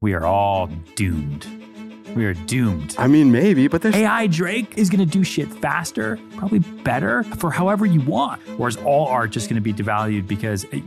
We are all doomed. We are doomed. I mean, maybe, but there's. AI Drake is going to do shit faster, probably better for however you want. Whereas all art just going to be devalued because it,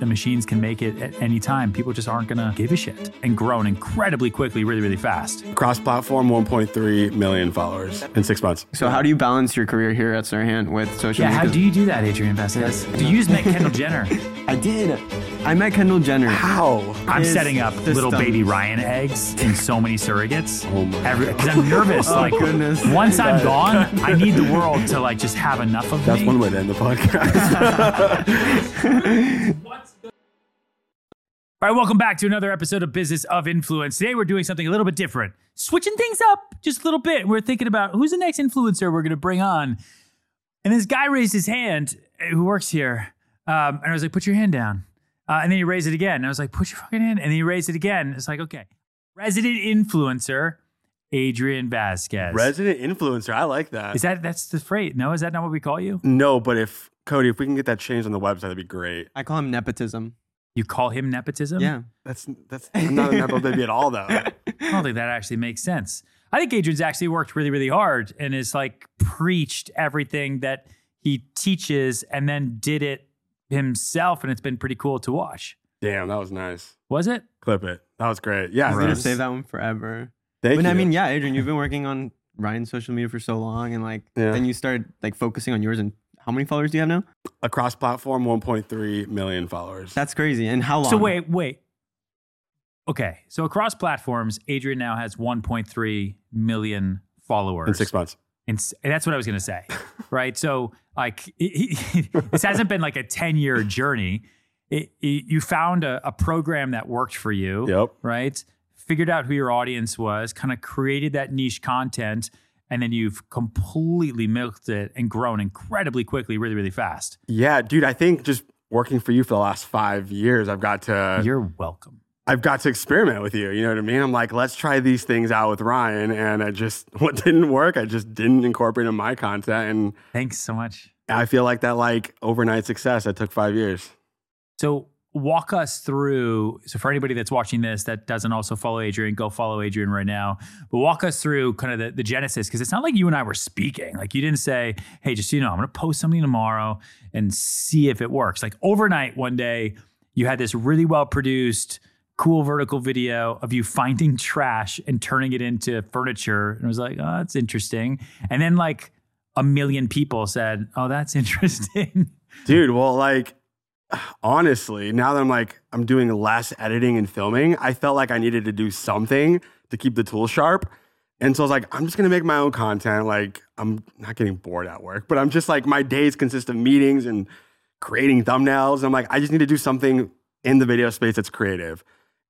the machines can make it at any time. People just aren't going to give a shit and grown incredibly quickly, really, really fast. Cross platform, 1.3 million followers in six months. So, how do you balance your career here at Sirhan with social Yeah, media? how do you do that, Adrian Vasquez? Do you just met Kendall Jenner? I did. I met Kendall Jenner. How? I'm Is setting up the little stomach. baby Ryan eggs in so many surrogates. Oh my Oh Because I'm nervous. like, goodness. once Got I'm it. gone, I need the world to like just have enough of That's me. one way to end the podcast. All right, welcome back to another episode of Business of Influence. Today we're doing something a little bit different, switching things up just a little bit. We're thinking about who's the next influencer we're going to bring on. And this guy raised his hand eh, who works here. Um, and I was like, put your hand down. Uh, and then he raised it again. And I was like, put your fucking hand. And then he raised it again. It's like, okay. Resident influencer, Adrian Vasquez. Resident influencer. I like that. is that that's the phrase? No, is that not what we call you? No, but if Cody, if we can get that changed on the website, that'd be great. I call him nepotism. You call him nepotism? Yeah. That's that's I'm not an Apple baby at all though. I don't think that actually makes sense. I think Adrian's actually worked really, really hard and has like preached everything that he teaches and then did it himself. And it's been pretty cool to watch. Damn, that was nice. Was it? Clip it. That was great. Yeah, I'm that gonna was- save that one forever. Thank but you. I mean, yeah, Adrian, you've been working on Ryan's social media for so long, and like Yeah. then you start like focusing on yours. And how many followers do you have now? across platform, 1.3 million followers. That's crazy. And how long? So wait, wait. Okay. So across platforms, Adrian now has 1.3 million followers. in six months. And s- and that's what I was going to say. right. So, like, he- he- this hasn't been like a 10 year journey. It, it- you found a, a program that worked for you. Yep. right? Figured out who your audience was, kind of created that niche content, and then you've completely milked it and grown incredibly quickly, really, really fast. Yeah, dude. I think just working for you for the last five years, I've got to You're welcome. I've got to experiment with you. You know what I mean? I'm like, let's try these things out with Ryan, and I just what didn't work, I just didn't incorporate in my content, and Thanks so much. I feel like that like overnight success. That took five years. So, walk us through. So, for anybody that's watching this that doesn't also follow Adrian, go follow Adrian right now. But walk us through kind of the, the genesis, because it's not like you and I were speaking. Like, you didn't say, hey, just, so you know, I'm going to post something tomorrow and see if it works. Like, overnight, one day, you had this really well produced, cool vertical video of you finding trash and turning it into furniture. And I was like, oh, that's interesting. And then, like, a million people said, oh, that's interesting. Dude, well, like honestly, now that I'm like I'm doing less editing and filming, I felt like I needed to do something to keep the tool sharp. And so I was like, I'm just gonna make my own content. Like, I'm not getting bored at work, but I'm just like my days consist of meetings and creating thumbnails. I'm like, I just need to do something in the video space that's creative.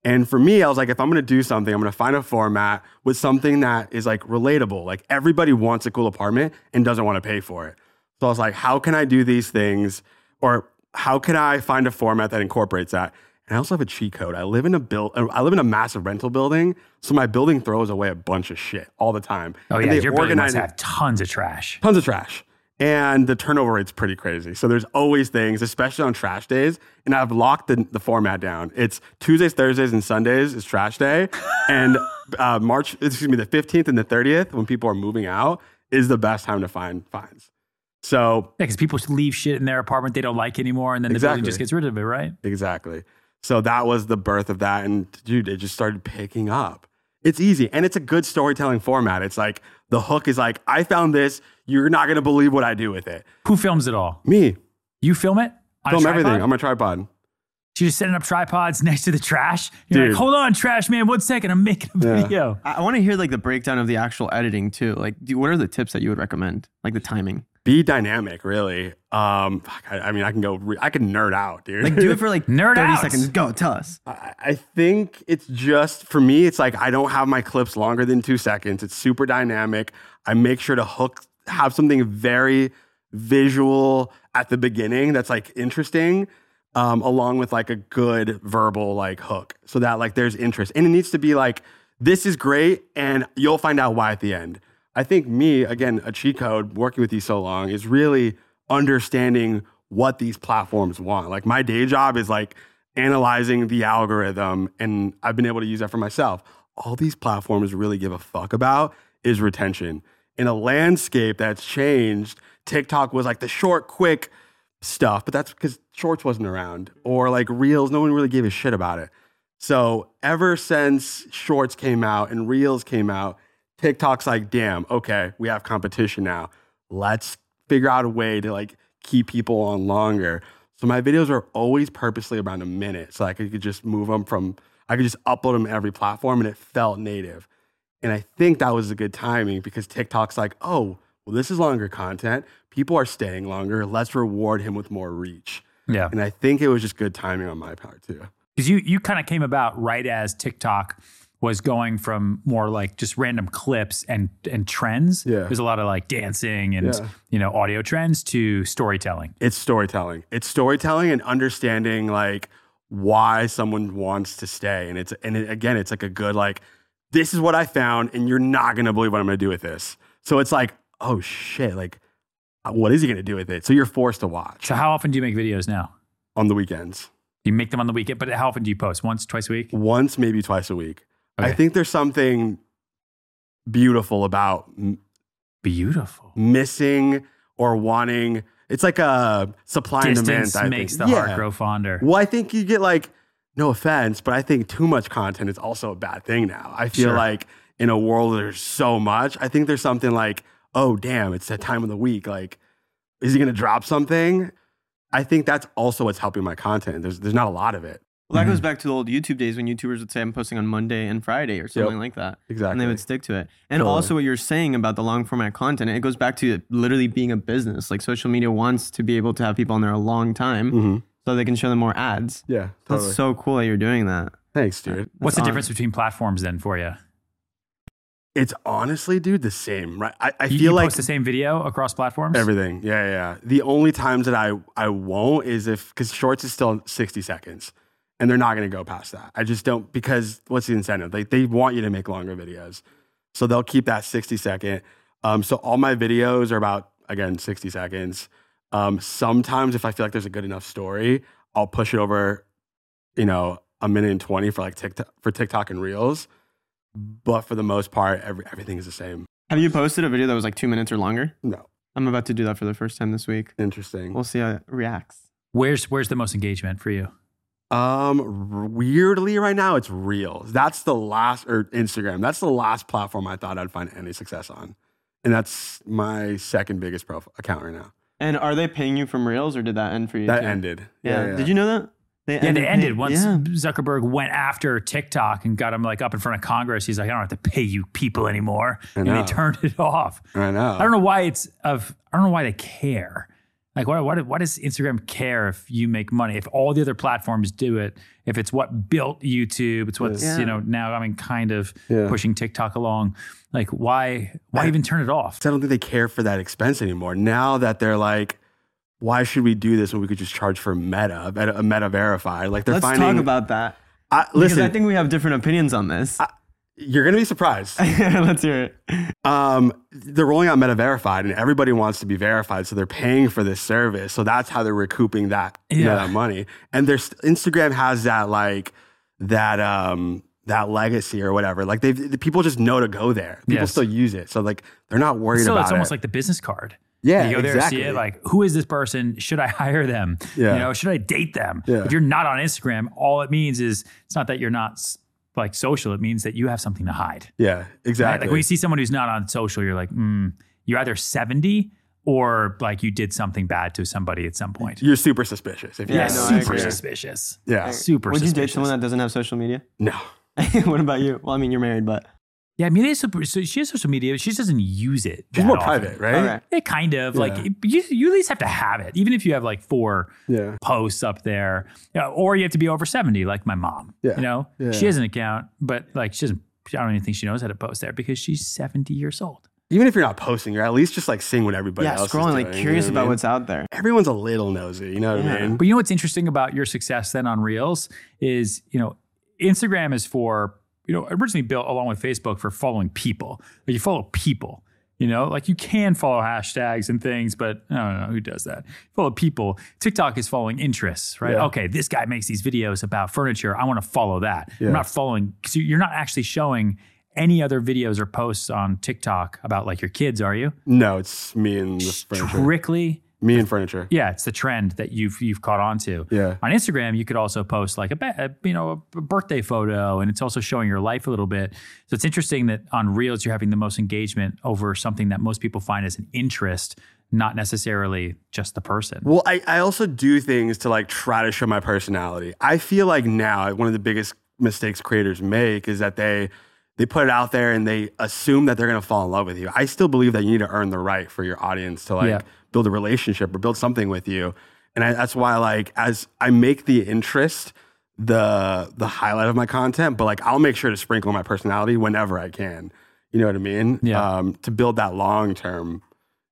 And for me, I was like, if I'm gonna do something, I'm gonna find a format with something that is like relatable. Like everybody wants a cool apartment and doesn't wanna pay for it. So I was like, how can I do these things? Or how can I find a format that incorporates that? And I also have a cheat code. I live in a build I live in a massive rental building. So my building throws away a bunch of shit all the time. Oh And yeah, they your building must organize it- have tons of trash. tons of trash. And the turnover rate's pretty crazy. So there's always things, especially on trash days. And I've locked the, the format down. It's Tuesdays, Thursdays, and Sundays is trash day. And uh, March, excuse me, the 15th and the 30th, when people are moving out, is the best time to find finds. So Yeah, because people leave shit in their apartment they don't like anymore, and then the building just Exactly. gets rid of it, right? Exactly. So that was the birth of that. And dude, it just started picking up. It's easy and it's a good storytelling format. It's like the hook is like, I found this. You're not going to believe what I do with it. Who films it all? Me, You film it? On a film tripod? everything. I'm a tripod. So you're just setting up tripods next to the trash. You're Dude. like, hold on, trash man, one second, I'm making a Yeah. video. I, want to hear like the breakdown of the actual editing too. Like, do, what are the tips that you would recommend? Like the timing. Be dynamic, really. Um, fuck, I, I mean, I can go, re- I can nerd out, dude. Like, do it for like Nerd thirty out. seconds. Go tell us. I I think it's just for me, it's like I don't have my clips longer than two seconds. It's super dynamic. I make sure to hook, have something very visual at the beginning that's like interesting, um, along with like a good verbal like hook so that like there's interest. And it needs to be like, this is great, and you'll find out why at the end. I think me, again, a cheat code working with you so long is really understanding what these platforms want. Like my day job is like analyzing the algorithm, and I've been able to use that for myself. All these platforms really give a fuck about is retention. In a landscape that's changed, TikTok was like the short, quick stuff, but that's because shorts wasn't around or like reels, no one really gave a shit about it. So ever since shorts came out and reels came out, TikTok's like, damn, okay, we have competition now. Let's figure out a way to like keep people on longer. So my videos are always purposely around a minute. So like I could just move them from, I could just upload them to every platform and it felt native. And I think that was a good timing because TikTok's like, oh, well, this is longer content. People are staying longer. Let's reward him with more reach. Yeah. And I think it was just good timing on my part too. Because you you kind of came about right as TikTok was going from more like just random clips and and trends. Yeah. There's a lot of like dancing and Yeah. you know audio trends to storytelling. It's storytelling. It's storytelling and understanding like why someone wants to stay. And it's and it, again, it's like a good like this is what I found, and you're not gonna believe what I'm gonna do with this. So it's like oh shit, like uh, what is he gonna do with it? So you're forced to watch So how often do you make videos now? on the weekends, You make them on the weekend, but how often do you post? Once, twice a week? once maybe twice a week. I Okay. think there's something beautiful about m- Beautiful. missing or wanting. It's like a supply and Distance demand. I makes the think. heart Yeah. grow fonder. Well, I think you get like, no offense, but I think too much content is also a bad thing now. I feel Sure. like in a world where there's so much, I think there's something like, oh, damn, it's that time of the week. Like, is he going to drop something? I think that's also what's helping my content. There's, there's not a lot of it. Well, that goes back to the old YouTube days when YouTubers would say, I'm posting on Monday and Friday or something like that. Exactly. And they would stick to it. And Totally. also, what you're saying about the long format content, it goes back to it literally being a business. Like, social media wants to be able to have people on there a long time Mhm. so they can show them more ads. Yeah, That's totally. so cool that you're doing that. Thanks, dude. What's the That's difference between platforms then for you? It's honestly, dude, the same, right? I, I You, feel you like post the same video across platforms. Everything. Yeah, yeah, yeah. The only times that I I won't is if because shorts is still 60 seconds and they're not going to go past that. I just don't because what's the incentive? Like they want you to make longer videos. So they'll keep that 60 second. Um, so all my videos are about again 60 seconds. Um, sometimes if I feel like there's a good enough story, I'll push it over, you know, a minute and 20 for like TikTok for TikTok and Reels. But for the most part, every, everything is the same. Have you posted a video that was like two minutes or longer? No. I'm about to do that for the first time this week. Interesting. We'll see how it reacts. Where's where's the most engagement for you? Um, r- weirdly, right now it's Reels. That's the last, or Instagram. That's the last platform I thought I'd find any success on, and that's my second biggest profile account right now. And are they paying you from Reels or did that end for you? That too? ended. Yeah. Did you know that? They Yeah, they ended pay- once Yeah. Zuckerberg went after TikTok and got him like up in front of Congress. He's like, I don't have to pay you people anymore, I and they know. turned it off. I know. I don't know why it's of. I don't know why they care. Like, why, why, why does Instagram care if you make money? If all the other platforms do it, if it's what built YouTube, it's what's Yeah. you know now. I mean, kind of Yeah. pushing TikTok along. Like, why? Why I- even turn it off? I don't think they care for that expense anymore. Now that they're like, why should we do this when we could just charge for Meta, Meta, a Meta verified? Like they're Let's finding. talk about that. I, because listen, I think we have different opinions on this. you're gonna be surprised. Let's hear it. um, they're rolling out Meta Verified, and everybody wants to be verified, so they're paying for this service. So that's how they're recouping that you know, Yeah. that money. And there's Instagram has that like that um that legacy or whatever. Like they the people just know to go there. People Yes. still use it, so like they're not worried So about it's almost it. like the business card. yeah, you go there exactly. and see it. Like, who is this person? Should I hire them? Yeah. You know, should I date them? Yeah. If you're not on Instagram, all it means is it's not that you're not s- like social. It means that you have something to hide. yeah, right? exactly. Like when you see someone who's not on social, you're like, mm, you're either 70 or like you did something bad to somebody at some point. You're super suspicious. If you Yeah, do no, I that. super agree. suspicious. yeah, Super Would you date suspicious. someone that doesn't have social media? no. what about you? Well, I mean, you're married, but yeah, I mean, they super, so she has social media, but she just doesn't use it. She's that more often. private, right? all right. Yeah, kind of. Like Yeah. it- you, you at least have to have it, even if you have like four Yeah, posts up there, you know, or you have to be over 70, like my mom. Yeah. You know, Yeah. she has an account, but like she doesn't, I don't even think she knows how to post there because she's 70 years old. even if you're not posting, you're at least just like seeing what everybody yeah, else is scrolling, like doing, you know curious what I about mean? what's out there. everyone's a little nosy. You know what I Yeah. mean? But you know what's interesting about your success then on Reels is, you know, Instagram is for, you know, originally built along with Facebook for following people. Like you follow people. You know, like you can follow hashtags and things, but I don't know who does that. Follow people. TikTok is following interests, right? Yeah. Okay, this guy makes these videos about furniture. I want to follow that. Yeah. I'm not following. Cause you- you're not actually showing any other videos or posts on TikTok about like your kids, are you? No, it's me and the furniture. Strictly, Me and furniture. yeah, it's the trend that you've you've caught on to. Yeah. On Instagram, you could also post like a, ba- a you know a birthday photo, and it's also showing your life a little bit. So it's interesting that on Reels you're having the most engagement over something that most people find as an interest, not necessarily just the person. Well, I, I also do things to like try to show my personality. I feel like now one of the biggest mistakes creators make is that they they put it out there and they assume that they're gonna fall in love with you. I still believe that you need to earn the right for your audience to like Yeah. build a relationship or build something with you. And I, that's why like as I make the interest the the highlight of my content, but like I'll make sure to sprinkle my personality whenever I can. You know what I mean? Yeah. Um, to build that long term,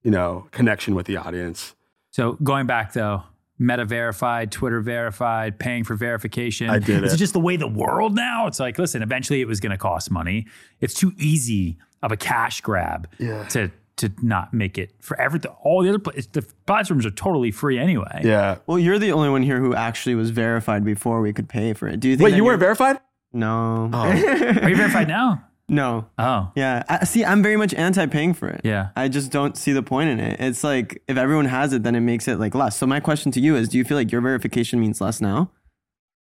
you know, connection with the audience. So going back though, Meta verified, Twitter verified, paying for verification. I did It's it. just the way the world now. It's like, listen, eventually it was going to cost money. It's too easy of a cash grab Yeah. to to not make it for everything. All the other pla- it's the platforms are totally free anyway. Yeah. Well, you're the only one here who actually was verified before we could pay for it. Do you think? Wait, that you you're- weren't Oh. verified? No. Are you verified now? No. Oh, Yeah. I, see, I'm very much anti paying for it. Yeah. I just don't see the point in it. It's like if everyone has it, then it makes it like less. So my question to you is, do you feel like your verification means less now?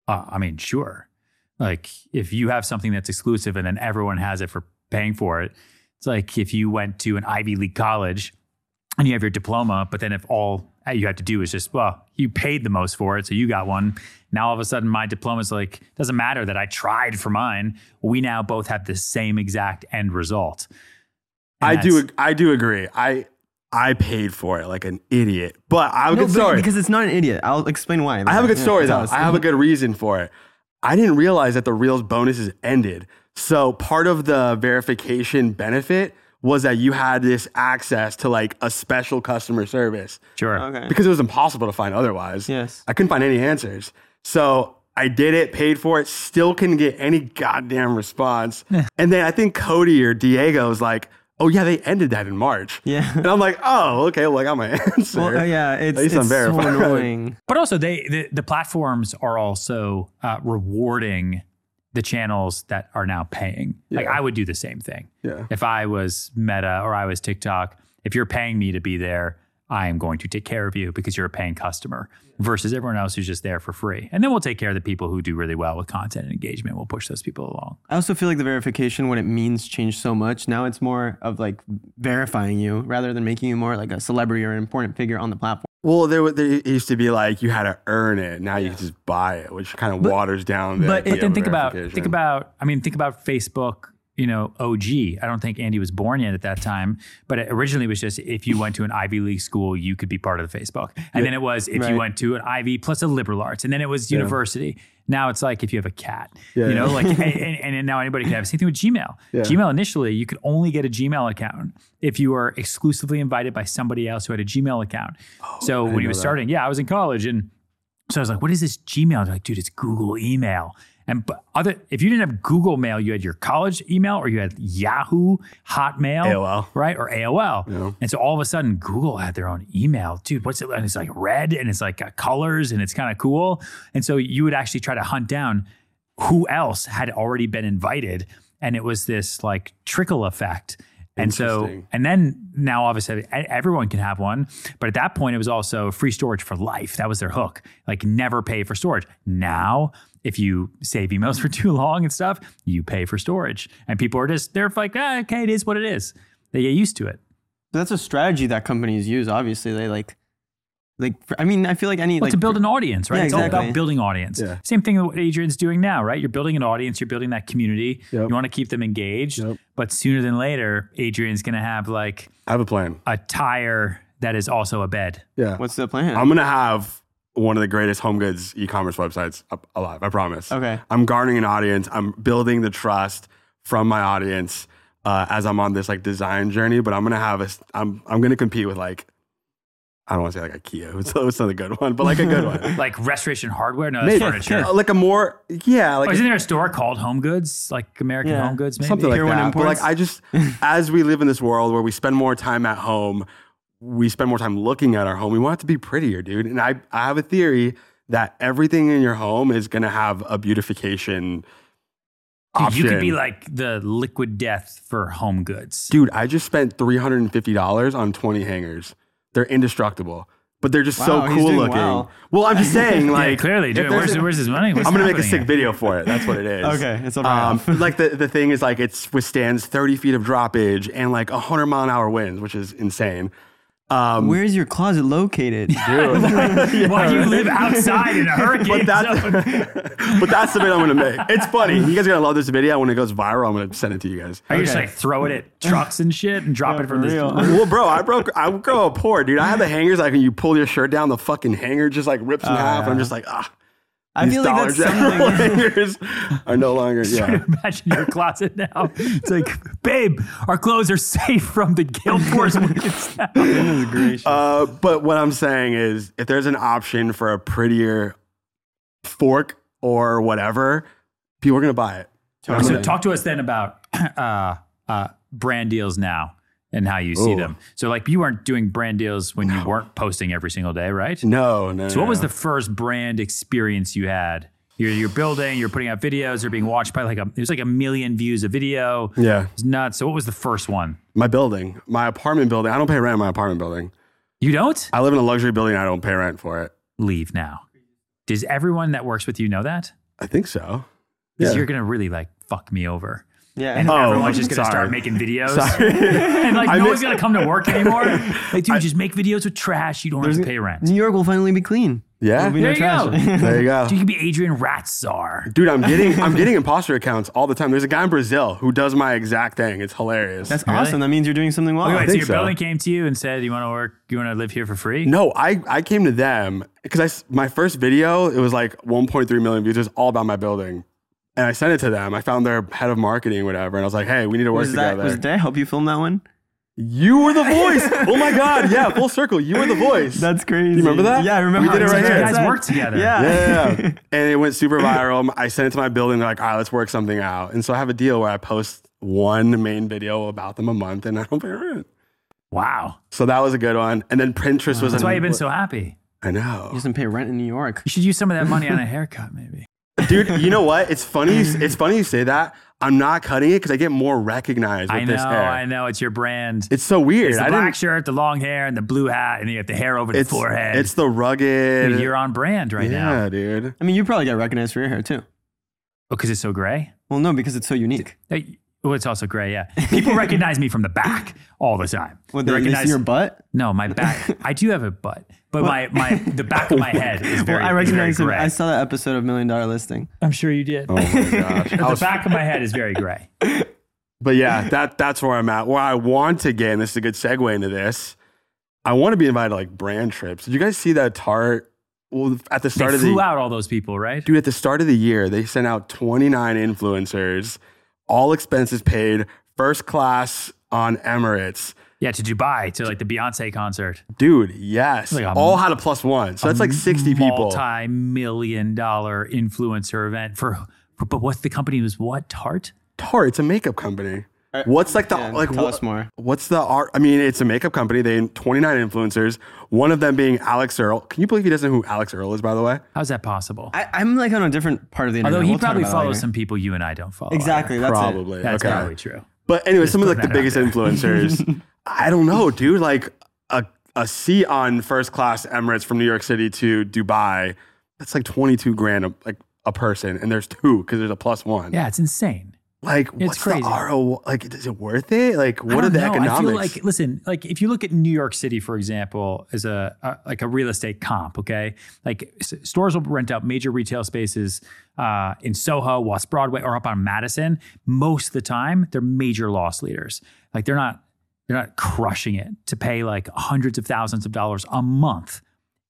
uh, I mean, sure. Like if you have something that's exclusive and then everyone has it for paying for it, it's like if you went to an Ivy League college and you have your diploma, but then if all you have to do is just, well, you paid the most for it, so you got one. Now all of a sudden, my diploma's like doesn't matter that I tried for mine. We now both have the same exact end result. And I do. that's- ag- I do agree. I I paid for it like an idiot, but I have a No, good but- story. Because it's not an idiot. I'll explain why. I have a good Yeah, story tell though. us. I have a good reason for it. I didn't realize that the Reels bonuses ended. So part of the verification benefit was that you had this access to like a special customer service Sure. Okay. because it was impossible to find otherwise. Yes. I couldn't find any answers. So I did it, paid for it, still couldn't get any goddamn response. and then I think Cody or Diego was like, oh, yeah, they ended that in March. Yeah. And I'm like, oh, okay, well, I got my answer. Well, uh, yeah, it's, least it's I'm so verified. annoying. But also, they the, the platforms are also uh, rewarding the channels that are now paying. Like Yeah. I would do the same thing Yeah. if I was Meta or I was TikTok. If you're paying me to be there, I am going to take care of you because you're a paying customer versus everyone else who's just there for free. And then we'll take care of the people who do really well with content and engagement. We'll push those people along. I also feel like the verification, what it means, changed so much. Now it's more of like verifying you rather than making you more like a celebrity or an important figure on the platform. Well, there, wa- there used to be like you had to earn it. Now you can just buy it, which kind of waters down the But idea then of think about verification. think about I mean think about Facebook. You know, OG. I don't think Andy was born yet at that time, but it originally was just if you went to an Ivy League school, you could be part of the Facebook. And then it was if Right. you went to an Ivy plus a liberal arts, and then it was university. Now it's like if you have a cat, Yeah. you know, like and, and, and now anybody can have. Same thing with Gmail. Yeah. Gmail initially, you could only get a Gmail account if you were exclusively invited by somebody else who had a Gmail account. Oh, so when he was that. starting, yeah, I was in college and. So I was like, what is this Gmail? They're like, dude, it's Google email. And but other, if you didn't have Google Mail, you had your college email or you had Yahoo, Hotmail, AOL. right? Or AOL. Yeah. And so all of a sudden, Google had their own email. Dude, what's it? And it's like red and it's like got colors and it's kind of cool. And so you would actually try to hunt down who else had already been invited. And it was this like trickle effect. And so, Interesting. and then now obviously e- everyone can have one. But at that point, it was also free storage for life. That was their hook. Like never pay for storage. Now, if you save emails for too long and stuff, you pay for storage. And people are just, they're like, ah, okay, it is what it is. They get used to it. So that's a strategy that companies use. Obviously, they like, like. I mean, I feel like any Well, like to build an audience, right? Yeah, it's all exactly. about building audience. Yeah. Same thing that what Adrian's doing now, right? You're building an audience, you're building that community. Yep. You want to keep them engaged, Yep. but sooner than later, Adrian's going to have like I have a plan. a tire that is also a bed. Yeah. What's the plan? I'm gonna have one of the greatest home goods e-commerce websites up alive. I promise. Okay. I'm garnering an audience. I'm building the trust from my audience uh, as I'm on this like design journey. But I'm gonna have a. s- I'm I'm gonna compete with like I don't want to say like IKEA. It's, it's not a good one, but like a good one. Like restoration hardware? No, that's Maybe. furniture. Uh, like a more yeah, like Oh, isn't there a store called Home Goods, like American Yeah. Home Goods? Maybe something like Here when that. But like imports- I just, as we live in this world where we spend more time at home, we spend more time looking at our home. We want it to be prettier, dude. And I, I have a theory that everything in your home is gonna have a beautification Dude, option. you could be like the liquid death for Home Goods. dude, I just spent three hundred and fifty dollars on twenty hangers. They're indestructible, but they're just Wow, so he's cool doing looking. well. well, I'm just saying, Yeah, like clearly, if dude. there's Where's, a- where's his money? What's I'm gonna make a sick happening video for it. That's what it is. Okay, it's a Um, write-off. like the, the thing is like it withstands 30 feet of droppage and like 100 mile an hour winds, which is insane. Um, Where's your closet located? here? Why do you live outside in a hurricane but that's zone? but that's the video I'm gonna make. It's funny. You guys are gonna love this video. When it goes viral, I'm gonna send it to you guys. Are you just Okay. like throw it at trucks and shit and drop it from for this? real. Well, bro, I broke. I grow poor, dude. I had the hangers. Like when you pull your shirt down, the fucking hanger just like rips in half. And I'm just like, ah. I these feel like Dollar that's General something. hangers are no longer. Yeah. Imagine your closet now. It's like, babe, our clothes are safe from the gale force winds now. Goodness gracious. Uh, but what I'm saying is, if there's an option for a prettier fork or whatever, people are gonna buy it. So talk to us then about uh, uh, brand deals now and how you see Ooh. them. So like you weren't doing brand deals when you weren't posting every single day, right? No, no. So what was the no. first brand experience you had? You're, you're building, you're putting out videos, they're being watched by like a there's like a million views a video. yeah It's nuts. So what was the first one? my building, my apartment building? I don't pay rent in my apartment building. You don't I live in a luxury building. I don't pay rent for it. leave now. Does everyone that works with you know that? I think so. Because Yeah. you're gonna really like fuck me over. yeah. And Oh, everyone's just gonna sorry. start making videos. Sorry. And like I no mi- one's gonna come to work anymore. Like, dude, just make videos with trash. You don't have to pay rent. New York will finally be clean. yeah. There'll be There no you trash. There you go. Dude, you could be Adrian Ratzar. Dude, I'm getting I'm getting imposter accounts all the time. There's a guy in Brazil who does my exact thing. It's hilarious. That's Really? awesome. That means you're doing something well. Okay, wait, so think your so. building came to you and said, "You want to work? You want to live here for free?" No, I, I came to them because I s- my first video it was like 1.3 million views. It was all about my building, and I sent it to them. I found their head of marketing, whatever, and I was like, "Hey, we need to work was that? together." Was, did I help you film that one? you were the voice. oh my god, yeah, full circle. You were the voice. That's crazy. remember that? Yeah, I remember. We did it how right you here. You guys worked together. Yeah. yeah, yeah. and it went super viral. I sent it to my building. They're like, "All right, let's work something out." And so I have a deal where I post one main video about them a month, and I don't pay rent. Wow, So that was a good one. And then Pinterest was. that's an- why you've been so happy. I know. He doesn't pay rent in New York. You should use some of that money on a haircut, maybe. dude. You know what? It's funny. It's funny you say that. I'm not cutting it because I get more recognized with I know, this hair. I know. It's your brand. it's so weird. It's the I black didn't- shirt, the long hair, and the blue hat, and then you have the hair over the it's forehead. It's the rugged. Dude, you're on brand right now. yeah, dude. I mean, you probably got recognized for your hair too. Because Oh, it's so gray. Well, no, because it's so unique. Hey, Well, it's also gray, yeah. People recognize me from the back all the time. What they, they recognize see your butt? No, my back. I do have a butt, but my, my the back of my head is very, well, is I very recognize him. gray. I saw that episode of Million Dollar Listing. I'm sure you did. Oh my gosh. I the was- back of my head is very gray. but yeah, that that's where I'm at. Where I want to get, and this is a good segue into this. I want to be invited to like brand trips. Did you guys see that Tart? Well, at the start They of the flew out all those people, right? dude, at the start of the year, they sent out 29 influencers, all expenses paid, first class on Emirates. Yeah, to Dubai, to like the Beyonce concert. Dude, yes. Like a- All had a plus one. So that's like 60 people. Multi-million dollar influencer event for, for but what's the company was what Tarte? Tarte, it's a makeup company. What's like the Yeah, like tell what- us more. What's the art? I mean, it's a makeup company. They 29 influencers, one of them being Alex Earl. Can you believe he doesn't know who Alex Earl is, by the way? How's that possible? I, I'm like on a different part of the internet. Although he We'll talk probably about that follows later. some people you and I don't follow. Exactly. That's It. Probably. either. That's okay. probably true. But anyway, some of put like the that out biggest there. influencers. I don't know, dude. Like a a seat on first class Emirates from New York City to Dubai. That's like 22 grand a, like a person, and there's two because there's a plus one. Yeah, it's insane. Like, It's what's crazy. the RO? Like, is it worth it? Like, I what are don't the know. economics? I feel like listen, like if you look at New York City, for example, as a, a like a real estate comp, okay, like s- stores will rent out major retail spaces uh, in Soho, West Broadway, or up on Madison. Most of the time, they're major loss leaders. Like they're not they're not crushing it to pay like hundreds of thousands of dollars a month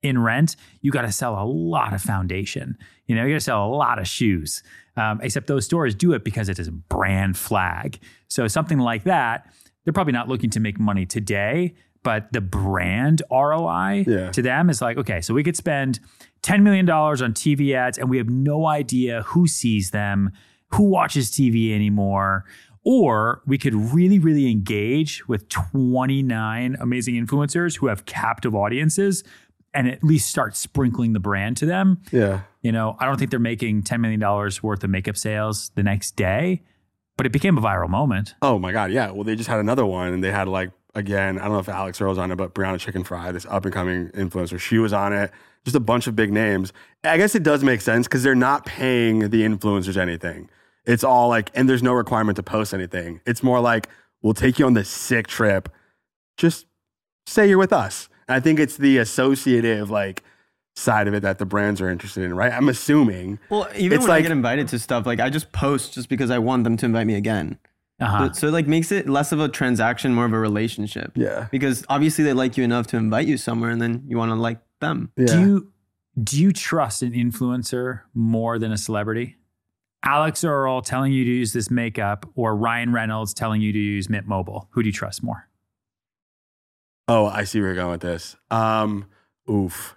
in rent, you got to sell a lot of foundation. You know, you got to sell a lot of shoes. Um, except those stores do it because it is a brand flag. So something like that, they're probably not looking to make money today, but the brand ROI Yeah. to them is like, okay, so we could spend $10 million on TV ads and we have no idea who sees them, who watches TV anymore. Or we could really, really engage with 29 amazing influencers who have captive audiences and at least start sprinkling the brand to them. Yeah. You know, I don't think they're making $10 million worth of makeup sales the next day, but it became a viral moment. Oh my God. Yeah. Well, they just had another one and they had like, again, I don't know if Alex Earl's on it, but Brianna Chicken Fry, this up and coming influencer, she was on it. Just a bunch of big names. I guess it does make sense because they're not paying the influencers anything. It's all like, and there's no requirement to post anything. It's more like, we'll take you on this sick trip. Just say you're with us. And I think it's the associative, like, side of it that the brands are interested in, right? I'm assuming. Well, even It's when like- I get invited to stuff, like I just post just because I want them to invite me again. Uh-huh. Ah. So, so it like makes it less of a transaction, more of a relationship. Yeah. Because obviously they like you enough to invite you somewhere, and then you want to like them. Yeah. Do you do you trust an influencer more than a celebrity? Alex Earl telling you to use this makeup or Ryan Reynolds telling you to use Mint Mobile. Who do you trust more? Oh, I see where you're going with this. Um, oof.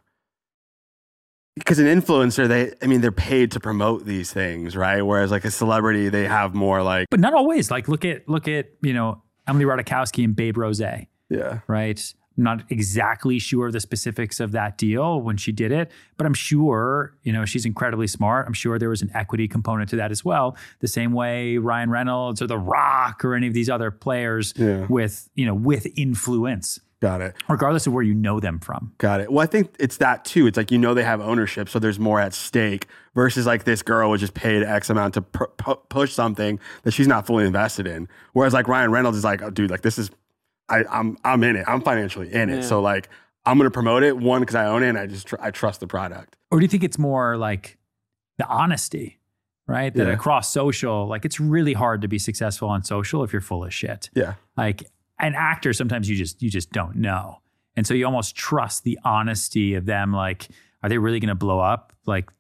Because an influencer, they, I mean, they're paid to promote these things, right? Whereas like a celebrity, they have more like, But not always. Like look at look at, you know, Emily Ratajkowski and Babe Rose, right? yeah, I'm not exactly sure of the specifics of that deal when she did it, but I'm sure, you know, she's incredibly smart. I'm sure there was an equity component to that as well. The same way Ryan Reynolds or The Rock or any of these other players yeah. with, you know, with influence. Got it, regardless of where you know them from. got it. Well, I think it's that too. It's like you know they have ownership, so there's more at stake. Versus like this girl was just paid X amount to pr- pu- push something that she's not fully invested in. Whereas like Ryan Reynolds is like, oh, dude, like this is, I, I'm I'm in it. I'm financially in it. Yeah. So like I'm gonna promote it one because I own it. and I just tr- I trust the product. Or do you think it's more like the honesty, right? That Yeah. across social, like it's really hard to be successful on social if you're full of shit. Yeah. Like an actor, sometimes you just you just don't know, and so you almost trust the honesty of them. Like, are they really going to blow up? Like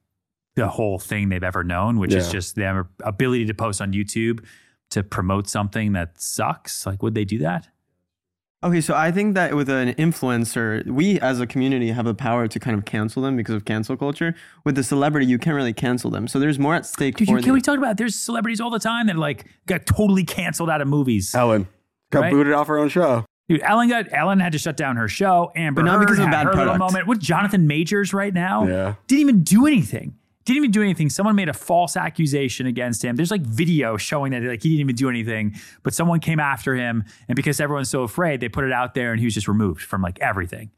the whole thing they've ever known, which is Yeah. just their ability to post on YouTube to promote something that sucks. Like, would they do that? Okay, so I think that with an influencer, we as a community have the power to kind of cancel them because of cancel culture. With the celebrity, you can't really cancel them. So there's more at stake Dude, for you, can them. we talk about there's celebrities all the time that like got totally canceled out of movies. Ellen got Right? booted off her own show. Dude, Ellen got Ellen had to shut down her show. Amber, But not because Heard of had bad her little product. moment with Jonathan Majors right now. Yeah. Didn't even do anything. Didn't even do anything. Someone made a false accusation against him. There's like video showing that like he didn't even do anything, but someone came after him, and because everyone's so afraid, they put it out there, and he was just removed from like everything.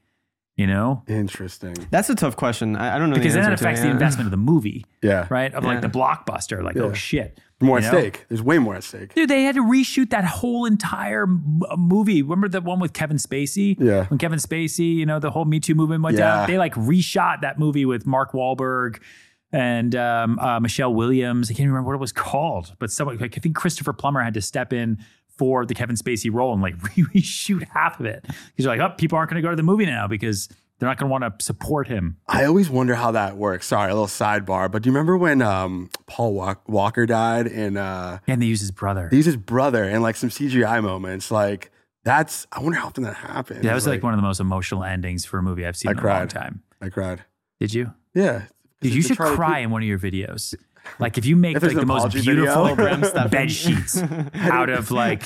You know, Interesting. That's a tough question. I, I don't know. because the then it answer to affects the yeah. investment of the movie, Yeah. right? Of like the Yeah. blockbuster. Like, oh Yeah. shit. More You at know? stake. There's way more at stake. Dude, they had to reshoot that whole entire m- uh, movie. Remember the one with Kevin Spacey? Yeah. When Kevin Spacey, you know, the whole Me Too movement went Yeah. down, they like reshot that movie with Mark Wahlberg and um, uh, Michelle Williams. I can't remember what it was called, but someone, like, I think Christopher Plummer had to step in for the Kevin Spacey role and like reshoot half of it. Because you're like, oh, people aren't going to go to the movie now because they're not going to want to support him. I always wonder how that works. Sorry, a little sidebar, but do you remember when um, Paul Walk- Walker died and uh, And they use his brother. they used his brother in like some CGI moments? Like that's. I wonder how often that happens. Yeah, that was like, one of the most emotional endings for a movie I've seen I in a long cried. time. I cried. Did you? Yeah. Dude, It's you the should Charlie cry in one of your videos. Like if you make If like there's the an most apology video. beautiful Bram Stoker. bed sheets out of like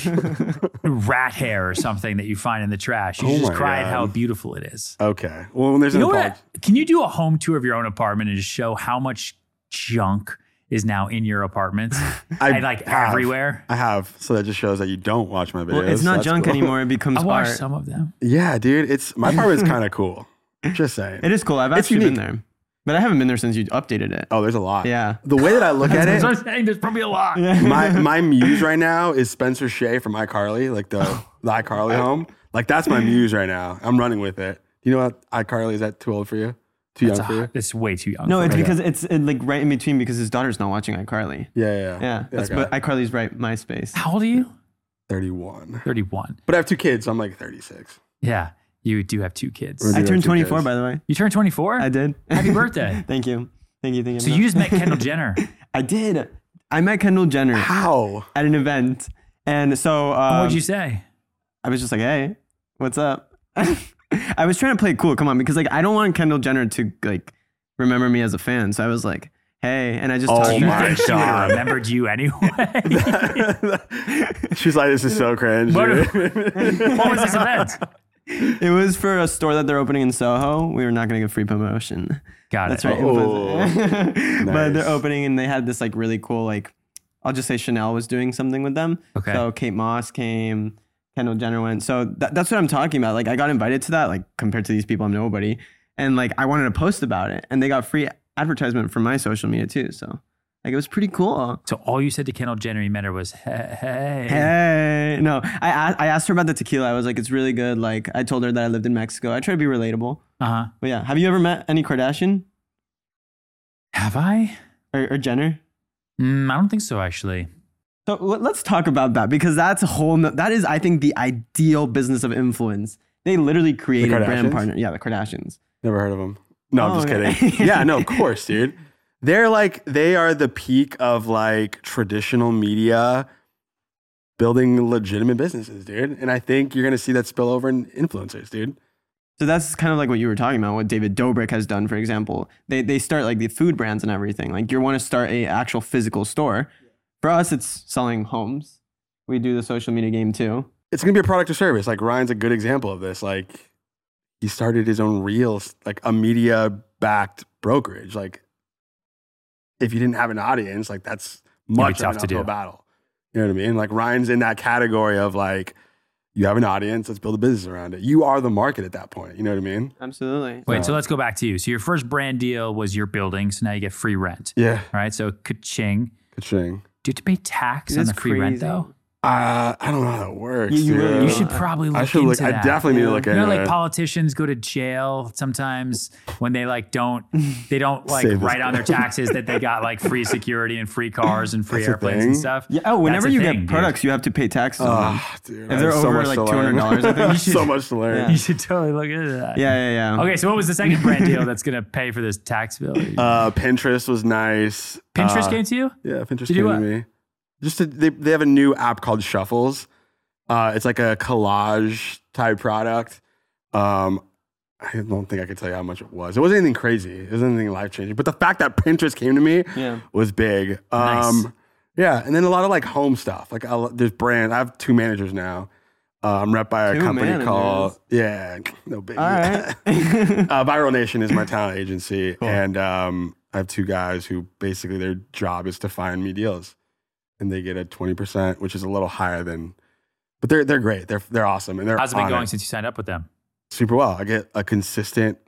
rat hair or something that you find in the trash, you Oh should just my cry at God. how beautiful it is. Pete. Okay. Well, when there's You an know apology, what? Can you do a home tour of your own apartment and just show how much junk is now in your apartments I and like have. everywhere? I have. So that just shows that you don't watch my videos. Well, it's not That's junk cool. anymore. It becomes I watched art. some of them. Yeah, dude. It's my apartment's kind of cool. Just saying. It is cool. I've It's actually been unique. there, but I haven't been there since you updated it. oh, there's a lot. Yeah. The way that I look at it, That's what I'm saying. There's probably a lot. my my muse right now is Spencer Shea from iCarly, like the, Oh. the iCarly home. Like that's my muse right now. I'm running with it. You know what? iCarly is that too old for you? Too young It's, for you? a, it's way too Oh, young. No, for it's me. because it's uh, like right in between because his daughter's not watching iCarly. Yeah, yeah, yeah. Yeah, that's, okay. but iCarly's right MySpace. how old are you? 31. 31. But I have two kids, so I'm like 36. Yeah, you do have two kids. Right. I Yeah, turned two 24, kids. by the way. You turned 24? I did. Happy birthday. thank you, thank you, thank you. So you just met Kendall Jenner. I did. I met Kendall Jenner How? at an event, and so um, What'd you say? I was just like, "Hey, what's up?" I was trying to play it cool. Come on, because like I don't want Kendall Jenner to like remember me as a fan. So I was like, hey, and I just Oh my talked to her. She would God. have remembered you anyway. She's like, this is so cringe. But- dude. what was this event? It was for a store that they're opening in Soho. We were not going to get free promotion. Got That's it. right. it was- but nice. they're opening and they had this like really cool like I'll just say Chanel was doing something with them. Okay. So Kate Moss came, Kendall Jenner went. So tha- that's what I'm talking about. Like I got invited to that. Like compared to these people, I'm nobody. And like I wanted to post about it, and they got free advertisement from my social media too. So like it was pretty cool. So all you said to Kendall Jenner, you met her was, hey, hey. Hey, no, I a- I asked her about the tequila. I was like, it's really good. Like I told her that I lived in Mexico. I try to be relatable. Uh-huh. But yeah, have you ever met any Kardashian Have I? or, or Jenner? Mm, I don't think so, actually. So let- let's talk about that because that's a whole. No, that is, I think, the ideal business of influence. They literally created brand Kardashians? partner. Yeah, the Kardashians. Never heard of them. No, I'm Oh, just okay. kidding. yeah, no, of course, dude. They're like they are the peak of like traditional media building legitimate businesses, dude. And I think you're gonna see that spill over in influencers, dude. So that's kind of like what you were talking about. What David Dobrik has done, for example, they they start like the food brands and everything. Like you want to start a actual physical store. For us, it's selling homes. We do the social media game too. It's gonna be a product or service. Like Ryan's a good example of this. Like he started his own reels, like a media backed brokerage. Like if you didn't have an audience, like that's be much tough of an to uphill do. battle. You know what I mean? Like Ryan's in that category of like, you have an audience, let's build a business around it. You are the market at that point. You know what I mean? Absolutely. Wait, Oh. so let's go back to you. So your first brand deal was your building, so now you get free rent. Yeah. All right, so ka-ching. Ka-ching. Do you have to pay tax on That's the free rent, crazy. though? Uh, I don't know how that works. You- you dude. really- You Yeah. should probably look Uh, I should into look. I that. definitely need to Yeah. look You into know, like it. politicians go to jail sometimes when they like don't they don't like Save us. write on their taxes that they got like free security and free cars and free That's a airplanes and thing. stuff. Yeah. Oh, That's whenever a you thing, get dude. products, you have to pay tax on them. Ah, dude, I they're have so over, much like, to learn. $200, I think you so much to learn. Yeah. you should totally look into that. Yeah, yeah, yeah. Okay, so what was the second brand deal that's going to pay for this tax bill? Uh, Pinterest was nice. Pinterest Uh, came to you? Yeah, Pinterest you came what? to me. Just to, they they have a new app called Shuffles. Uh, it's like a collage type product. Um, I don't think I could tell you how much it was. It wasn't anything crazy. It wasn't anything life changing. But the fact that Pinterest came to me Yeah. was big. Um, Nice. Yeah, and then a lot of like home stuff. Like I, there's brand. I have two managers now. Uh, I'm rep by a Two company called managers? yeah, no big. All right. uh, Viral Nation is my talent agency, and um, I have two guys who basically their job is to find me deals, and they get a twenty percent, which is a little higher than. But they're they're great. They're they're awesome, and they're How's it been on going since you signed up with them? super well. I get a consistent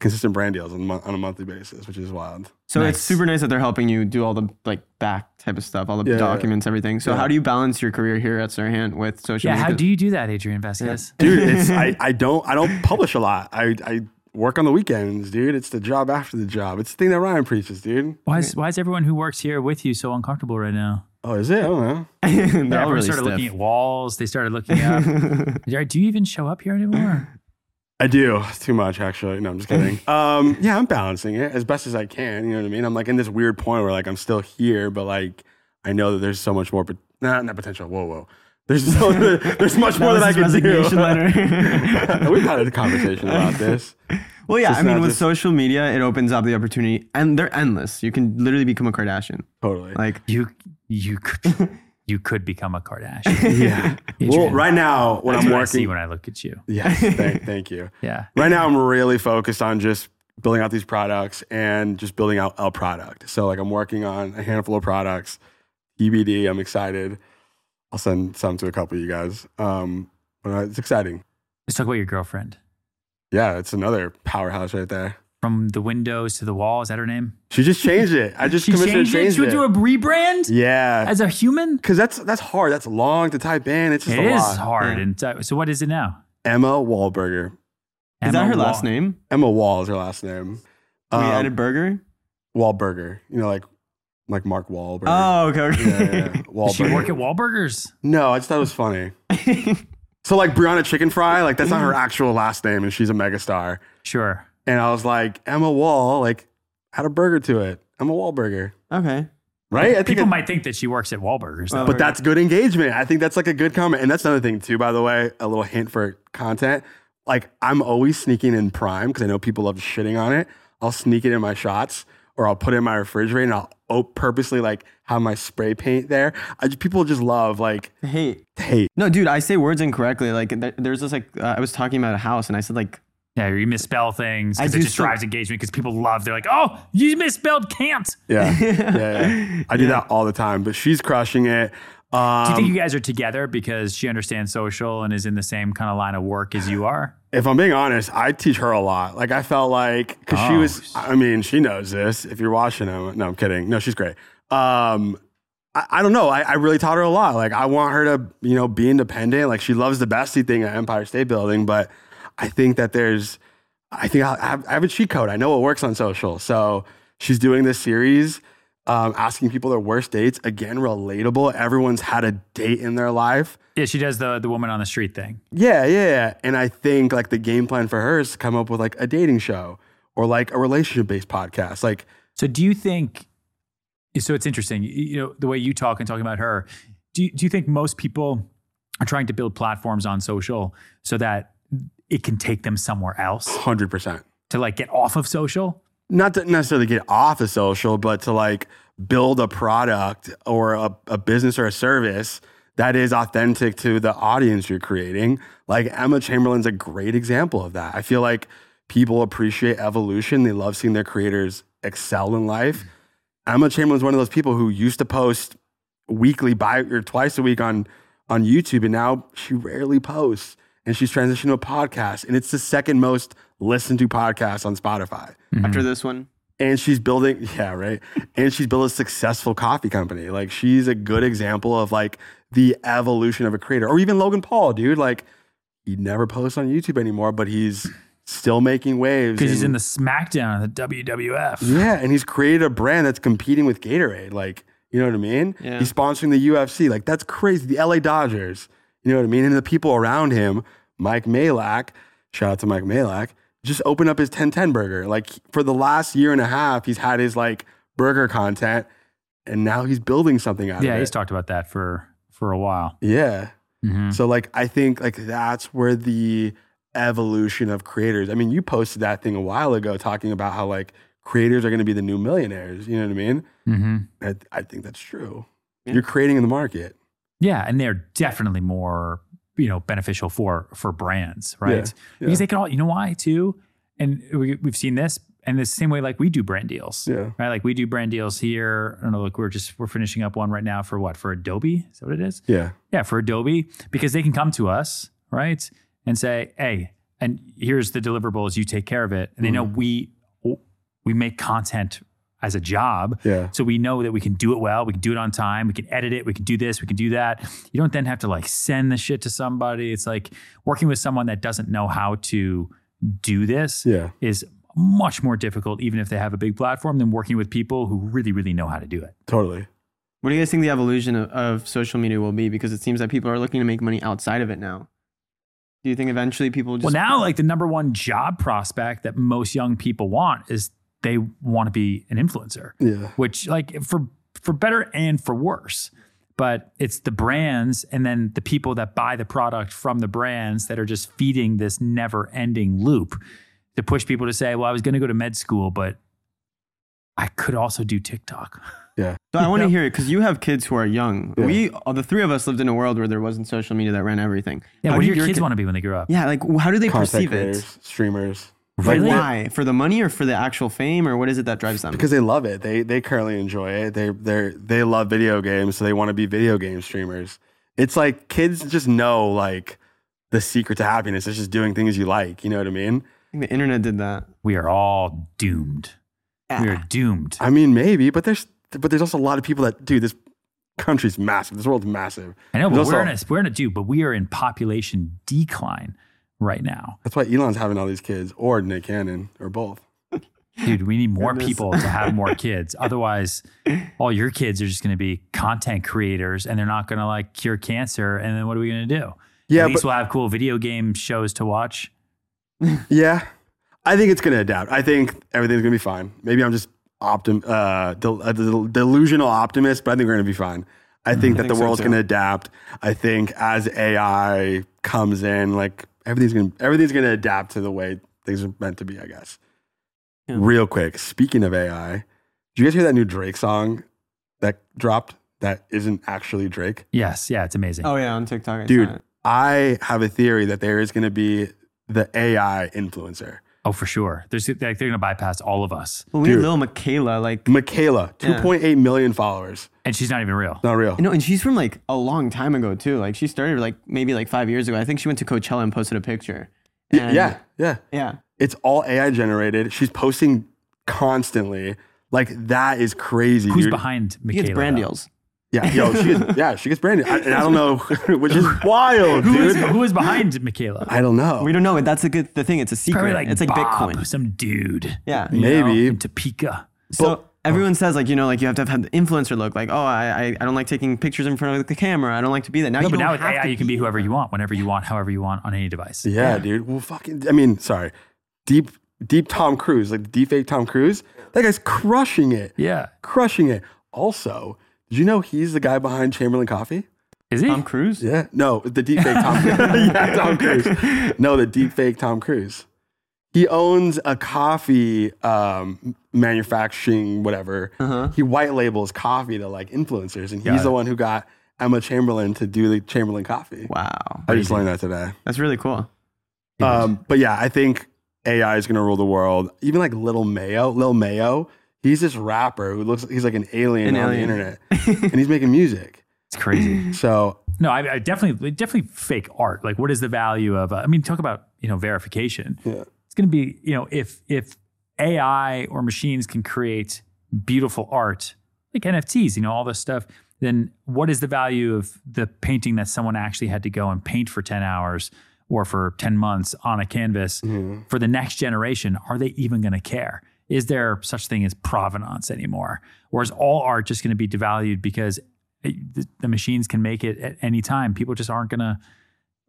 consistent brand deals on, a mon- on a monthly basis, which is wild. So Nice. it's super nice that they're helping you do all the like back type of stuff, all the Yeah, documents, everything. So Yeah. how do you balance your career here at Sirhan with social Yeah, media? how do you do that, Adrian Vasquez? dude. It's I, I don't I don't publish a lot. I I work on the weekends, dude. It's the job after the job. It's the thing that Ryan preaches, dude. Why is why is everyone who works here with you so uncomfortable right now? Oh, is it? I don't know. they're all Everyone really started stiff. looking at walls. They started looking up. Jared, Do you even show up here anymore? I do too much actually. No, I'm just kidding. um, yeah, I'm balancing it as best as I can. You know what I mean? I'm like in this weird point where like I'm still here, but like I know that there's so much more. But not not potential. Whoa, whoa. There's so, there's much more That that I was can his resignation do. letter. We've had a conversation about this. well, yeah, Just I mean, not with just- social media, it opens up the opportunity, and they're endless. You can literally become a Kardashian. Totally. Like, You you could you could become a Kardashian. yeah. Well, Adrian, right now when that's I'm what I working, see when I look at you. yes, thank, thank you. Yeah. right now I'm really focused on just building out these products and just building out a product. So like I'm working on a handful of products. EBD, I'm excited. I'll send some to a couple of you guys. Um, but uh, it's exciting. Let's talk about your girlfriend. Yeah, it's another powerhouse right there. From the windows to the wall, is that her name? She just changed it. I just She commissioner changed it. She would it. do a rebrand yeah, as a human. because that's that's hard. That's long to type in. It's just It a is lot. hard. Yeah. And so- so, what is it now? Emma Wahlberger. is that Emma her last Wa- name? Emma Wall is her last name. We Um, added Burger. Wahlberger. You know, like like Mark Wahlberg. Oh, okay. okay. yeah, yeah, yeah. Does she Wahlberger. work at Wahlburgers? No, I just thought it was funny. so like Brianna Chicken Fry, like that's not her actual last name, and she's a megastar. Sure. And I was like, Emma Wall, like add a burger to it. Emma Wahlburger, okay. right? I think, People it- might think that she works at Wahlburgers. though. but that's good engagement. I think that's like a good comment. And that's another thing too, by the way, a little hint for content. like I'm always sneaking in Prime because I know people love shitting on it. I'll sneak it in my shots or I'll put it in my refrigerator and I'll o- purposely like have my spray paint there. I, just- people just love like Hey, hate. no, dude, I say words incorrectly. Like there, there's this like uh, I was talking about a house and I said like Yeah, you misspell things I because it do just so- drives engagement because people love. They're like, oh, you misspelled can't. Yeah, yeah, yeah. I do that all the time. But she's crushing it. Do you Um, think you guys are together because she understands social and is in the same kind of line of work as you are? if I'm being honest, I teach her a lot. Like I felt like because she Oh. was. I mean, she knows this. If you're watching them, no, I'm kidding. No, she's great. Um, I, I don't know. I, I really taught her a lot. Like I want her to, you know, be independent. Like she loves the bestie thing at Empire State Building, but I think that there's. I think I'll, I have- I have a cheat code. I know what works on social. So she's doing this series, um, asking people their worst dates. Again, relatable. Everyone's had a date in their life. Yeah, she does the the woman on the street thing. Yeah, yeah, yeah. And I think like the game plan for her is to come up with like a dating show or like a relationship based podcast. Like, So do you think? So it's interesting, you- you know, the way you talk and talking about her. Do you, do you think most people are trying to build platforms on social so that it can take them somewhere else 100%. to like get off of social? Not to necessarily get off of social, but to like build a product or a, a business or a service that is authentic to the audience you're creating. Like, Emma Chamberlain's a great example of that. I feel like people appreciate evolution, they love seeing their creators excel in life. Emma Chamberlain's one of those people who used to post weekly bi or twice a week on on YouTube and now she rarely posts and she's transitioned to a podcast and it's the second most listened to podcast on Spotify. after Mm-hmm. this one. And she's building yeah, right. and she's built a successful coffee company. Like she's a good example of like the evolution of a creator or even Logan Paul, dude, like he never posts on YouTube anymore, but he's still making waves Because he's and- in the SmackDown, the WWF. yeah, and he's created a brand that's competing with Gatorade. Like, you know what I mean? Yeah. He's sponsoring the UFC. Like, that's crazy. The LA Dodgers. You know what I mean? And the people around him, Mike Malak, shout out to Mike Malak, just opened up his 1010 burger. Like, for the last year and a half, he's had his like burger content, and now he's building something out yeah, of it. he's talked about that for for a while. yeah. Mhm. So like I think like that's where the evolution of creators. I mean, you posted that thing a while ago talking about how like creators are going to be the new millionaires. You know what I mean? Mhm. I, I think that's true. Yeah. You're creating in the market. Yeah, and they're definitely more you know beneficial for for brands, right? Because they can all you know why too, and we, we've seen this, and the same way like we do brand deals, Yeah. right? Like we do brand deals here. I don't know, like we're just we're finishing up one right now for what for Adobe? Is that what it is? Yeah. Yeah, for Adobe because they can come to us, right, and say, hey, and here's the deliverables. You take care of it, and they know we we make content as a job Yeah. so we know that we can do it well, we can do it on time, we can edit it, we can do this, we can do that. You don't then have to like send the shit to somebody. It's like working with someone that doesn't know how to do this Yeah. is much more difficult, even if they have a big platform, than working with people who really, really know how to do it. Totally. What do you guys think the evolution of, of social media will be? Because it seems that people are looking to make money outside of it now. Do you think eventually people will just Well, now, like the number one job prospect that most young people want is they want to be an influencer. Yeah. which like for for better and for worse but it's the brands and then the people that buy the product from the brands that are just feeding this never ending loop to push people to say well i was going to go to med school but i could also do tiktok So I want to hear it because you have kids who are young. Yeah. We, all the three of us, lived in a world where there wasn't social media that ran everything. yeah How what do did your your kids ki- want to be when they grow up Yeah, like wh- how do they Content perceive creators, it? streamers. Like Really? why? For the money or for the actual fame or what is it that drives them? Because they love it. They they currently enjoy it. They they they love video games, so they want to be video game streamers. It's like kids just know like the secret to happiness is just doing things you like. You know what I mean? I think the internet did that. we are all doomed we are doomed I mean maybe, but there's but there's also a lot of people that dude, this country's massive. This world's massive. i know but There's we're in also- a we're in a do but we are in population decline right now That's why Elon's having all these kids, or Nick Cannon, or both. Dude, we need more Goodness. people to have more kids. Otherwise, all your kids are just going to be content creators and they're not going to like cure cancer. And then what are we going to do? Yeah, At least but, we'll have cool video game shows to watch. yeah. I think it's gonna adapt. I think everything's gonna be fine. Maybe I'm just optim, uh, del- a del- delusional optimist, but I think we're gonna be fine. I think that think the so world's too. gonna adapt. I think as AI comes in, like everything's gonna everything's gonna adapt to the way things are meant to be, I guess. Yeah. Real quick, speaking of AI, did you guys hear that new Drake song that dropped that isn't actually Drake? Yes, yeah, it's amazing. Oh yeah, on TikTok, I Dude. saw it. I have a theory that there is gonna be the AI influencer. Oh, for sure. There's, like, they're going to bypass all of us, Well, we had Dude. Lil Michaela, like Michaela, Yeah. 2.8 million followers. and she's not even real. Not real. no, and she's from like a long time ago too. Like she started like maybe like five years ago. I think she went to Coachella and posted a picture. Y- And- yeah, yeah. yeah. It's all AI generated. She's posting constantly. Like that is crazy. Who's dude. behind He Michaela? gets brand though? deals. Yeah, yo, she gets, yeah, she gets branded. I, and I don't know, which is wild, Who is, dude. who is behind Michaela? I don't know. We don't know. That's the good, the thing. It's a secret. Probably like it's like Bob, Bitcoin. some dude. Yeah. you know, Maybe. in Topeka. So everyone says like you know like you have to have the influencer look. Like oh I I, I don't like taking pictures in front of the camera. I don't like to be there. Now No, you but don't now with have AI, to you can be whoever you want, whenever you want, however you want, on any device. yeah, dude. Well, fucking. I mean, sorry. Deep, deep Tom Cruise, like deep fake Tom Cruise. That guy's crushing it, Yeah. crushing it. Also, did you know he's the guy behind Chamberlain Coffee? Is he? Tom Cruise. Yeah. No, the deep fake Tom. Cruise. yeah, Tom Cruise. No, the deep fake Tom Cruise. He owns a coffee um, manufacturing, whatever. He white labels coffee to like influencers, and Got he's it. the one who got Emma Chamberlain to do the Chamberlain coffee. Wow, I just learned that today. that's really cool. Dude. Um, but yeah, I think AI is gonna rule the world. Even like Little Mayo, Lil Mayo, he's this rapper who looks he's like an alien An on alien. the internet, and he's making music. it's crazy. So No, I, I definitely, definitely fake art. Like, what is the value of? Uh, I mean, talk about you know verification. Yeah. It's going to be you know if if AI or machines can create beautiful art like NFTs, you know, all this stuff. Then what is the value of the painting that someone actually had to go and paint for ten hours or for ten months on a canvas for the next generation? Are they even going to care? Is there such thing as provenance anymore, or is all art just going to be devalued because it- the, the machines can make it at any time. People just aren't gonna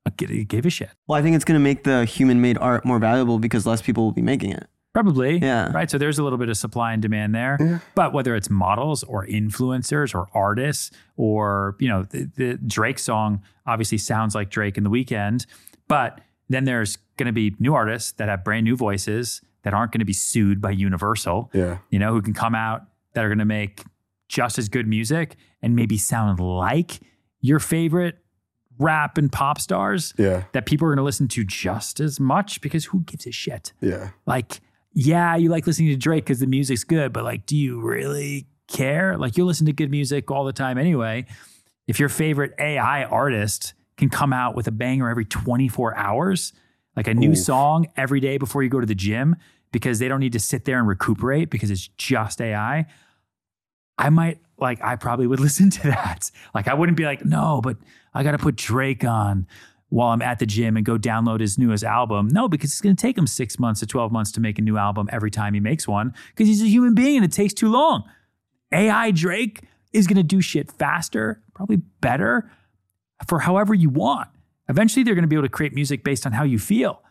uh, gi- give a shit. Well, I think it's gonna make the human made art more valuable because less people will be making it. Probably. Yeah. Right. So there's a little bit of supply and demand there. But whether it's models or influencers or artists or, you know, the, the Drake song obviously sounds like Drake in the weekend. But then there's going to be new artists that have brand new voices that aren't going to be sued by Universal, yeah, you know, who can come out that are going to make just as good music and maybe sound like your favorite rap and pop stars. yeah, that people are going to listen to just as much because who gives a shit? yeah. Like, yeah, you like listening to Drake because the music's good, but like, do you really care? Like, you listen to good music all the time anyway. If your favorite AI artist can come out with a banger every 24 hours, like a new Oof. song every day before you go to the gym, because they don't need to sit there and recuperate because it's just AI, I might like I probably would listen to that. Like I wouldn't be like, no, but I gotta put Drake on while I'm at the gym and go download his newest album. No, because it's gonna take him six months to 12 months to make a new album every time he makes one, because he's a human being and it takes too long. AI Drake is gonna do shit faster, probably better, for however you want. Eventually they're gonna be able to create music based on how you feel.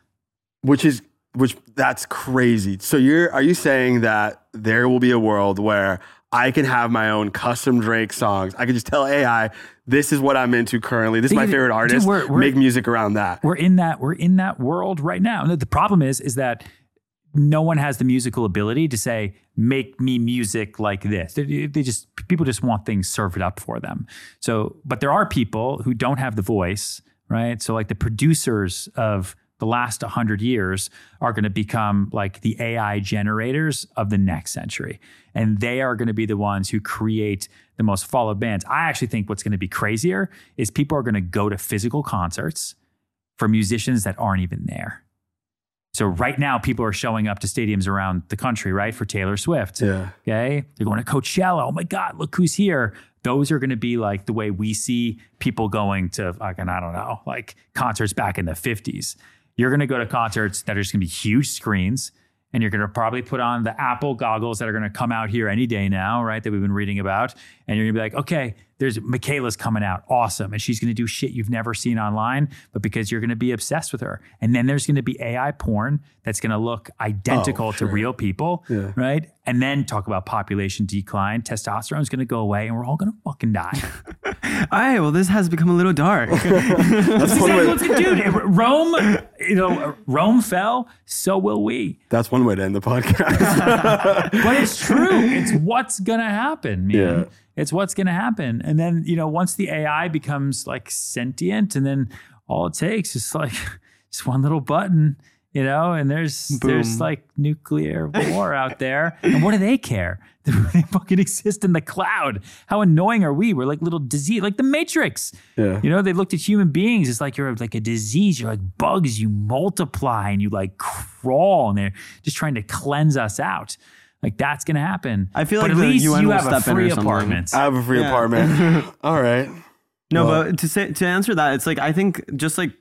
Which is which that's crazy. So you're are you saying that there will be a world where I can have my own custom Drake songs? I can just tell AI this is what I'm into currently. This is my Dude, favorite dude, artist. we're- we're- Make music around that. we're in that we're in that world right now. And the problem is is that no one has the musical ability to say make me music like this. They, they just people just want things served up for them. So, but there are people who don't have the voice, right? So like the producers of the last 100 years are going to become like the AI generators of the next century. And they are going to be the ones who create the most followed bands. I actually think what's going to be crazier is people are going to go to physical concerts for musicians that aren't even there. So right now, people are showing up to stadiums around the country, right, for Taylor Swift. Yeah. Okay, they're going to Coachella. Oh my God, look who's here! Those are going to be like the way we see people going to fucking I don't know, like concerts back in the fifties. You're going to go to concerts that are just going to be huge screens, and you're going to probably put on the Apple goggles that are going to come out here any day now, right? That we've been reading about, and you're going to be like, okay, there's Michaela's coming out, awesome, and she's going to do shit you've never seen online, but because you're going to be obsessed with her, and then there's going to be AI porn that's going to look identical Oh, sure. to real people, right? And then talk about population decline. Testosterone's going to go away, and we're all going to fucking die. all right, well, this has become a little dark. That's Exactly one way. what's it, dude. Rome, you know, Rome fell. So will we. That's one way to end the podcast. But it's true. It's what's gonna happen, man. Yeah. It's what's gonna happen. And then you know, once the AI becomes like sentient, and then all it takes is like just one little button, you know. And there's there's Boom. like nuclear war out there. And what do they care? They fucking exist in the cloud. How annoying are we? We're like little disease, like the Matrix. yeah. You know, they looked at human beings. It's like you're like a disease. You're like bugs. You multiply and you like crawl, and they're just trying to cleanse us out. Like that's gonna happen. I feel But like at the least UN you will have a step in or free something. Uh, apartment. I have a free Yeah. apartment. All right. No, Well- but to say to answer that, it's like I think just like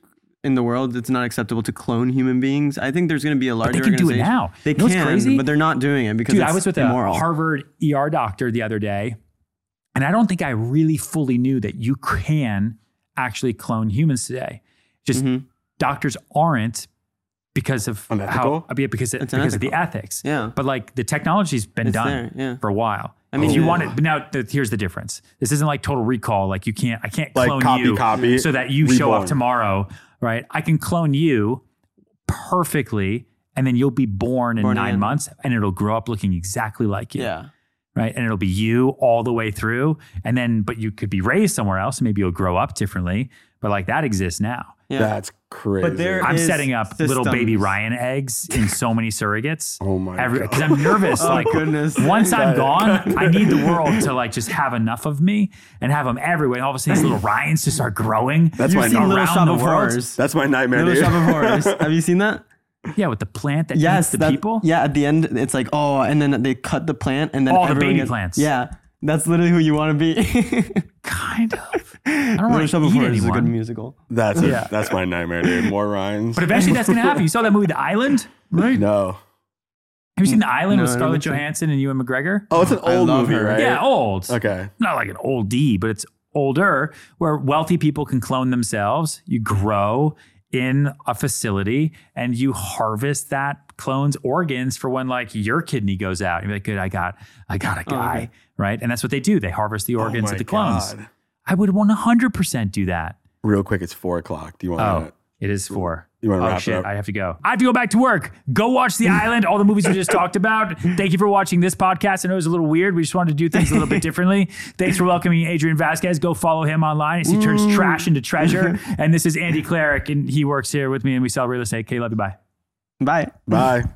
in the world, it's not acceptable to clone human beings. I think there's going to be a they larger. can do it organization- now. They You know what's can, crazy? but they're not doing it because Dude, it's I was with immoral. a Harvard ER doctor the other day, and I don't think I really fully knew that you can actually clone humans today. Just Mhm. doctors aren't because of Unethical? how uh, yeah, because, it, It's because of the ethics. Yeah. But like the technology's been It's done there, yeah. for a while. I I mean, mean, if you yeah. want it, but now th- here's the difference. This isn't like total recall. Like you can't, I can't Like clone copy, you copy, so that you show up reborn. tomorrow, right? I can clone you perfectly and then you'll be born in Born nine again. months and it'll grow up looking exactly like you Yeah. right? And it'll be you all the way through. And then, but you could be raised somewhere else. Maybe you'll grow up differently. But like that exists now. Yeah. That's crazy. But there- I'm Is setting up little systems. baby Ryan eggs in so many surrogates. Oh my Because God. I'm nervous. Oh, like, goodness. once I'm Got it. gone, I need the world to like just have enough of me and have them everywhere. And all of a sudden, these little Ryans just start growing. around That's my- You've seen Little Shop the of world. Horrors. That's my nightmare. Little dude. Shop of Horrors. Have you seen that? Yeah, with the plant that Yes, eats the that- people. Yeah, at the end, it's like oh, and then they cut the plant, and then All the everyone baby gets- plants. Yeah, that's literally who you want to be. Kind of. I don't Little want Shop to of eat Horrors is a good anyone. musical. That's a, Yeah. that's my nightmare, dude. More Ryan's. But eventually, that's going to happen. You saw that movie, The Island, right? no. Have you seen The Island No, with I don't Scarlett think so. Johansson and Ewan McGregor? Oh, it's an I old love movie, her. right? Yeah, old. Okay. Not like an old D, but it's older, where wealthy people can clone themselves. You grow in a facility and you harvest that clone's organs for when like your kidney goes out. You're like, good, I got, I got a guy, okay. right? And that's what they do. They harvest the organs Oh, my of the clones. God. I would 100% do that. Real quick, it's four o'clock. Do you Oh, want to? it is four. You wanna oh wrap it shit! up? I have to go. I have to go back to work. Go watch The Island. All the movies we just talked about. Thank you for watching this podcast. I know it was a little weird. We just wanted to do things a little bit differently. Thanks for welcoming Adrian Vasquez. Go follow him online. as He turns trash into treasure. and this is Andy Cleric, and he works here with me, and we sell real estate. Okay, love you. Bye. Bye. Bye.